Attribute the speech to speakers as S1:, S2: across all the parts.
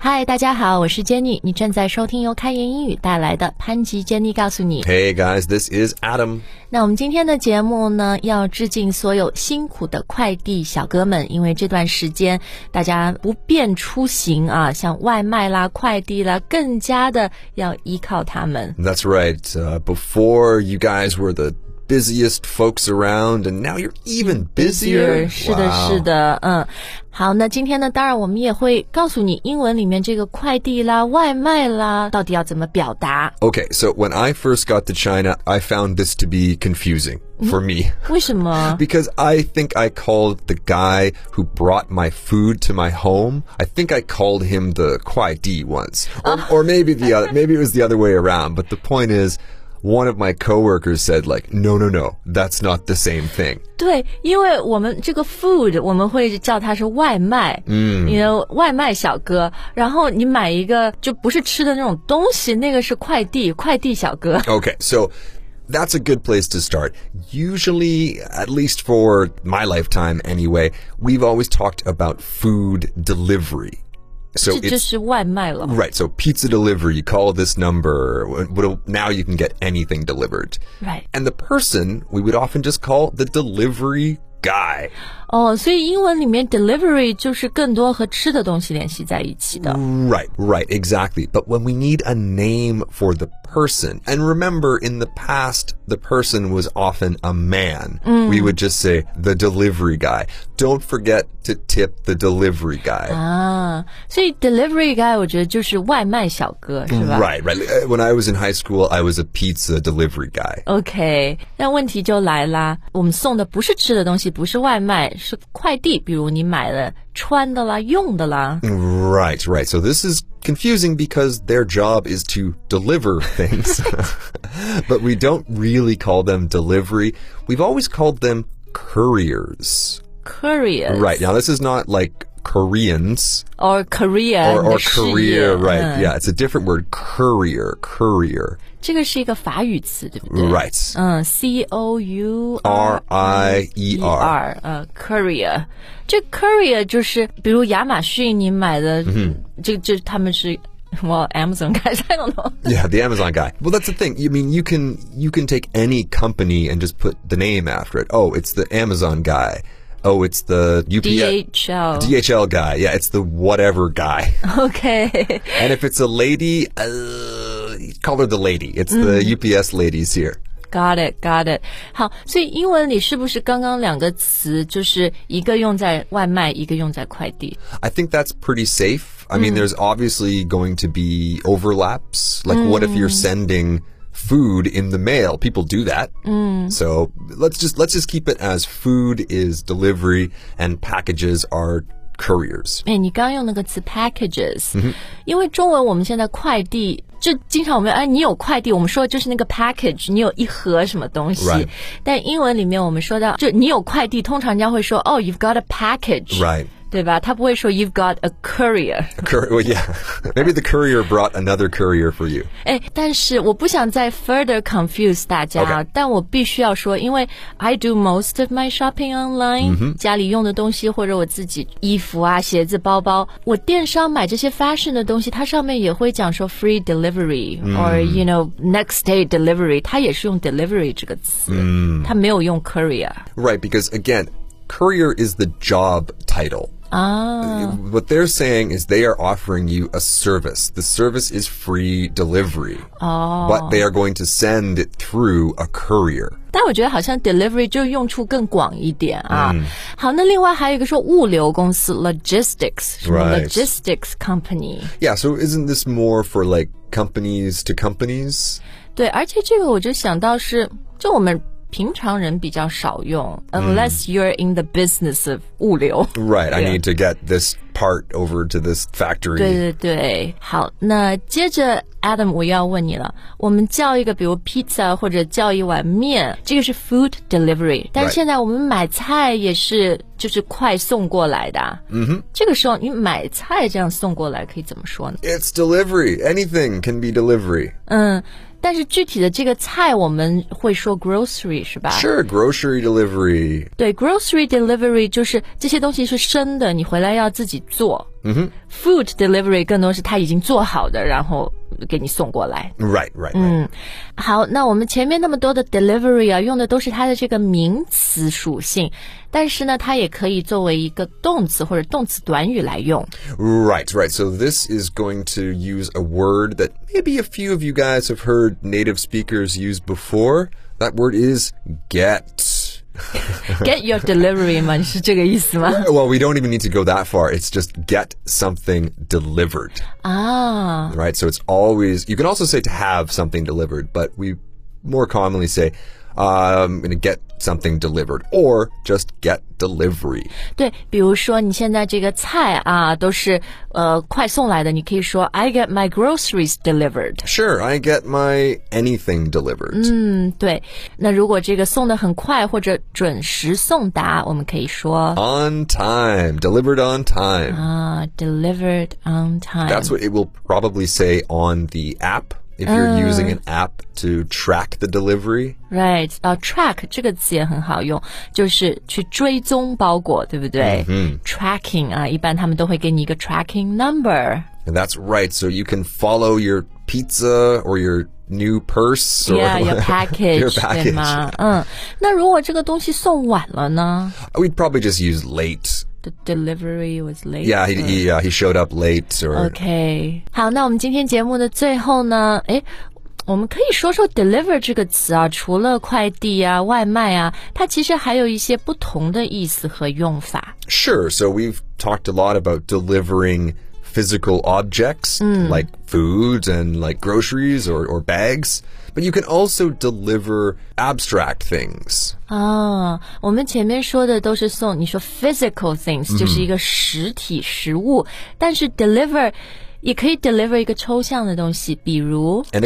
S1: 嗨，大家好，我是 Jenny，你正在收听由开言英语带来的潘吉 Jenny 告诉你。
S2: Hey guys, this is Adam.
S1: 那我们今天的节目呢，要致敬所有辛苦的快递小哥们，因为这段时间大家不便出行啊，像外卖啦、快递啦，更加的要依靠他们。
S2: That's right. Uh, before you guys were the busiest folks around, and now you're even busier.
S1: 是的，是
S2: Wow.
S1: 的，嗯，好，那今天呢，当然我们也会告诉你英文里面这个快递啦、外卖啦，到底要怎么表达？
S2: Okay, so when I first got to China, I found this to be confusing for me
S1: 为什么？
S2: because I think I called the guy who brought my food to my home. I think I called him the Kuai Di once, or, or maybe the other. Maybe it was the other way around. But the point is. One of my coworkers said, like, no, no, no, that's not the same thing.
S1: 对，因为我们这个 food 我们会叫它是外卖，嗯，因为外卖小哥，然后你买一个就不是吃的那种东西，那个是快递，快递小哥。
S2: Okay, so that's a good place to start. Usually, at least for my lifetime anyway, we've always talked about food delivery. So
S1: 这就
S2: it's 嗯
S1: 是外卖了，
S2: right. So pizza delivery, you call this number. wh- what'll- Now you can get anything delivered.
S1: 对，
S2: And the person we would often just call the delivery guy.
S1: 哦，所以英文里面 delivery 就是更多和吃的东西联系在一起
S2: 嗯
S1: 的。
S2: Right, right, exactly. But when we need a name for the person, and remember in the past, the person was often a man, we would just say the delivery guy. Don't forget to tip the delivery guy.
S1: Ah, 啊，所以 delivery guy 我觉得就是外卖小哥，是吧？
S2: right, right. Uh, When I was in high school, I was a pizza delivery guy.
S1: OK，那问题就来啦，我们送的不是吃的东西，不是外卖，是快递，比如你买了穿的啦、用的啦。
S2: Right, right. So this is confusing because their job is to deliver things. but we don't really call them delivery. We've always called them couriers.
S1: Courier
S2: Right. Now, this is not like Koreans
S1: or Korea
S2: or,
S1: 你
S2: or
S1: 的事业
S2: career, right?
S1: 嗯
S2: Yeah, it's a different word. Courier, courier.
S1: 这个是一个法语词，对不
S2: Mm.
S1: 对
S2: Right.
S1: 嗯，C O U
S2: R I E
S1: E
S2: R.
S1: R，呃，Courier，这 Courier 就是比如亚马逊你买的，
S2: Mm-hmm.
S1: 嗯，这这他们是 well Amazon guys I don't know。
S2: Yeah, the Amazon guy. Well, that's the thing. You mean you can you can take any company and just put the name after it. Oh, it's the Amazon guy. Oh, it's the UPS
S1: DHL
S2: DHL guy. Yeah, it's the whatever guy.
S1: OK，
S2: and if it's a lady, uh, call her the lady. It's the UPS ladies here.
S1: Got it, got it。好，所以英文里是不是刚刚两个词，就是一个用在外卖，一个用在快递？
S2: I think that's pretty safe. I mean, there's obviously going to be overlaps. Like, what if you're sending food in the mail? People do that. So let's just let's just keep it as food is delivery and packages are couriers.
S1: 哎，你刚刚用那个词 packages，、因
S2: 嗯
S1: 为中文我们现在快递就经常我们哎，你有快递，我们说的就是那个 package，你有一盒什么东西。
S2: Right
S1: 但英文里面我们说到，就你有快递，通常人家会说哦、y o u v e got a package，、
S2: Right.
S1: 对吧？他不会说 you've got a courier。
S2: A cour- well, yeah. Maybe the courier brought another courier for you.
S1: 哎，但是我不想再 further confuse 大家啊
S2: OK
S1: 但我必须要说，因为 I do most of my shopping
S2: 嗯
S1: online，、家里用的东西或者我自己衣服啊、鞋子、包包，我电商买这些 fashion 的东西，它上面也会讲说 free delivery、or
S2: 嗯
S1: you know next day delivery，它也是用 delivery 这个词，
S2: 嗯
S1: 它没有用 courier
S2: Right, because again, courier is the job title.
S1: 啊。
S2: What they're saying is they are offering you a service. The service is free delivery. But they are going to send it through a courier.
S1: 但我觉得好像 delivery 就用处更广一点啊。
S2: 嗯
S1: 好，那另外还有一个说物流公司 logistics 什么
S2: Right
S1: logistics company，
S2: Yeah, so isn't this more for like companies to companies?
S1: 对，而且这个我就想到是，就我们平常人比较少用、u n l e s s you're in the business of 物流。
S2: Right, I
S1: Yeah.
S2: need to get this part over to this factory.
S1: 对对对，好，那接着 Adam，我又要问你了，我们叫一个比如 pizza 或者叫一碗面，这个是 food delivery，但是
S2: Right.
S1: 现在我们买菜也是就是快送过来的，嗯哼，这个时候你买菜这样送过来可以怎么说呢？
S2: It's delivery. Anything can be delivery.
S1: 嗯，但是具体的这个菜我们会说 grocery 是吧？
S2: Sure, grocery delivery.
S1: 对，grocery delivery 就是这些东西是生的，你回来要自己做。 Food delivery 更多是它已经做好的，然后给你送过来。
S2: Right, right, right.
S1: 好，那我们前面那么多的 delivery 啊，用的都是它的这个名词属性，但是呢，它也可以作为一个动词或者动词短语来用。
S2: Right, right. So this is going to use a word that maybe a few of you guys have heard native speakers use before. That word is get.
S1: Get your delivery 嘛，你是这个意思 吗？
S2: Well, we don't even need to go that far. It's just get something delivered,
S1: 啊，
S2: right? So it's always, you can also say to have something delivered, but we more commonly say, uh, I'm going to get something delivered or just get delivery.
S1: 对，比如说你现在这个菜啊，都是呃快送来的，你可以说 I get my groceries delivered。
S2: Sure, I get my anything delivered.
S1: 嗯，对。那如果这个送的很快或者准时送达，我们可以说
S2: On time, delivered on time.
S1: 啊、d e l i v e r e d on time。
S2: That's what it will probably say on the app if you're
S1: Oh.
S2: using an app to track the delivery.
S1: Right，呃、t r a c k 这个词也很好用，就是去追踪包裹，对不对？嗯，tracking 啊，一般他们都会给你一个 tracking number。
S2: And that's right. So you can follow your pizza or your new purse or
S1: Yeah, your package，
S2: your
S1: 对
S2: package.
S1: 吗？嗯，那如果这个东西送晚了呢
S2: We'd probably just use late.
S1: ？The delivery was late.
S2: Yeah, he, he, uh, he showed up late or
S1: OK，好，那我们今天节目的最后呢，诶，我们可以说说 deliver 这个词啊，除了快递啊、外卖啊，它其实还有一些不同的意思和用法。
S2: Sure. So we've talked a lot about delivering physical objects
S1: Hmm.
S2: like food and like groceries or, or bags, but you can also deliver abstract things.
S1: 啊，我们前面说的都是送，你说 physical things、就是一个实体实物，但是 deliver 也可以 deliver 一个抽象的东西，比如
S2: An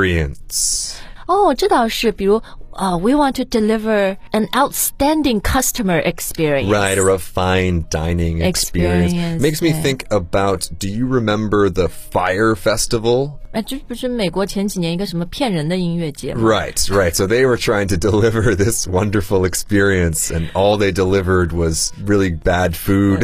S2: experience.
S1: 哦，这倒是，比如啊、w e want to deliver an outstanding customer experience。
S2: Right, a refined dining experience.
S1: Experience,
S2: Makes me
S1: yeah.
S2: think about do you remember the Fire Festival?
S1: 哎，这不是美国前几年一个什么骗人的音乐节吗？
S2: Right, right. So they were trying to deliver this wonderful experience, and all they delivered was really bad food.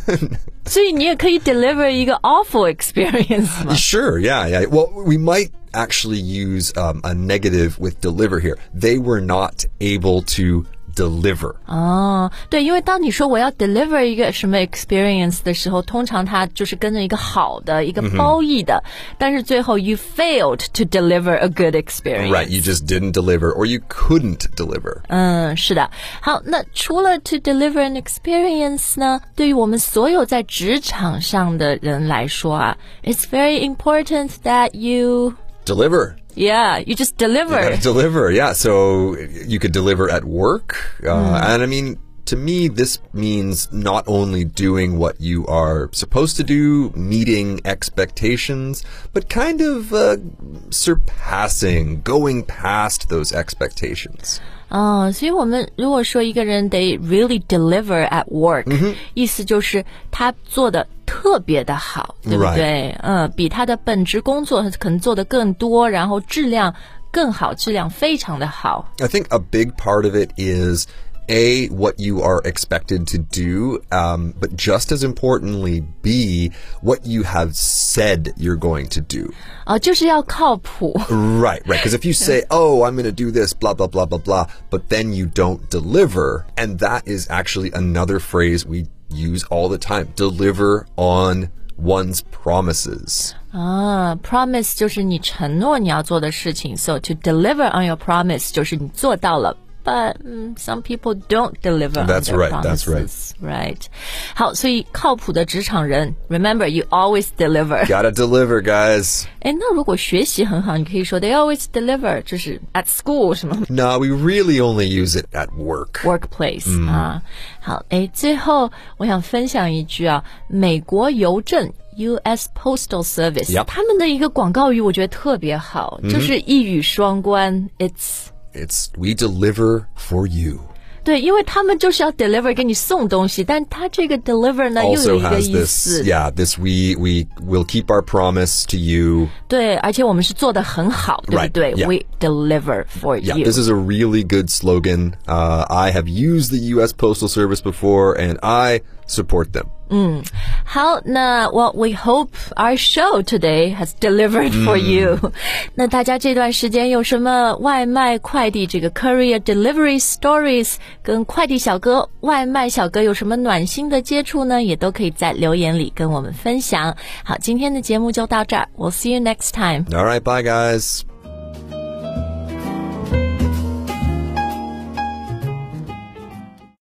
S1: 所以你也可以 deliver 一个 awful experience 嘛
S2: Sure, yeah, yeah. Well, we might actually use um, a negative with deliver here. They were not able to deliver.
S1: Oh, 哦，对，因为当你说我要 deliver 一个什么 experience 的时候，通常它就是跟着一个好的、一个褒义的，但是最后 you failed to deliver a good experience。
S2: Right, you just didn't deliver, or you couldn't deliver.
S1: 嗯，是的。好，那除了 to deliver an experience 呢，对于我们所有在职场上的人来说啊，it's very important that you
S2: Deliver.
S1: yeah you just
S2: Gotta
S1: deliver。
S2: Uh, deliver, yeah. So you could deliver at work. Uh, And I mean, to me, this means not only doing what you are supposed to do, meeting expectations, but kind of uh, surpassing, going past those expectations.
S1: 哦，所以我们如果说一个人得 really deliver at work，、意
S2: 嗯
S1: 思就是他做的特别的好，对不
S2: Right.
S1: 对？嗯，比他的本职工作可能做的更多，然后质量更好，质量非常的好。
S2: I think a big part of it is a what you are expected to do, um, but just as importantly, b what you have said you're going to do.
S1: 啊、就是要靠谱。
S2: Right, right. Because if you say, "Oh, I'm going to do this," blah blah blah blah blah, but then you don't deliver, and that is actually another phrase we use all the time: deliver on one's promises.
S1: 啊，promise 就是你承诺你要做的事情，so to deliver on your promise 就是你做到了。But、嗯 some people don't deliver. on
S2: That's
S1: their
S2: right, that's
S1: promises, Right. 好，所以靠谱的职场人，remember you always deliver.
S2: Gotta deliver, guys.
S1: 哎，那如果学习很好，你可以说 they always deliver，就是 at school 什么
S2: No, we really only use it at work.
S1: workplace、啊。
S2: 嗯
S1: 好，哎，最后我想分享一句啊，美国邮政 U.S. Postal Service、
S2: Yep
S1: 他们的一个广告语，我觉得特别好
S2: 嗯
S1: 就是一语双关。It's
S2: It's we deliver for you.
S1: 对，因为他们就是要 deliver 给你送东西，但他这个 deliver 呢又
S2: Also
S1: 有一个
S2: has
S1: 意
S2: this,
S1: 思
S2: yeah, this we we will keep our promise to you.
S1: 对，而且我们是做的很好，对
S2: Right，
S1: 不对
S2: yeah
S1: We deliver for
S2: Yeah,
S1: you。
S2: this is a really good slogan. Uh, I have used the U.S. Postal Service before, and I support them.
S1: 好，那 Well, we hope our show today has delivered for you、那大家这段时间有什么外卖快递这个 courier delivery stories 跟快递小哥、外卖小哥有什么暖心的接触呢？也都可以在留言里跟我们分享。好，今天的节目就到这儿，We'll see you next time。
S2: All right, bye, guys.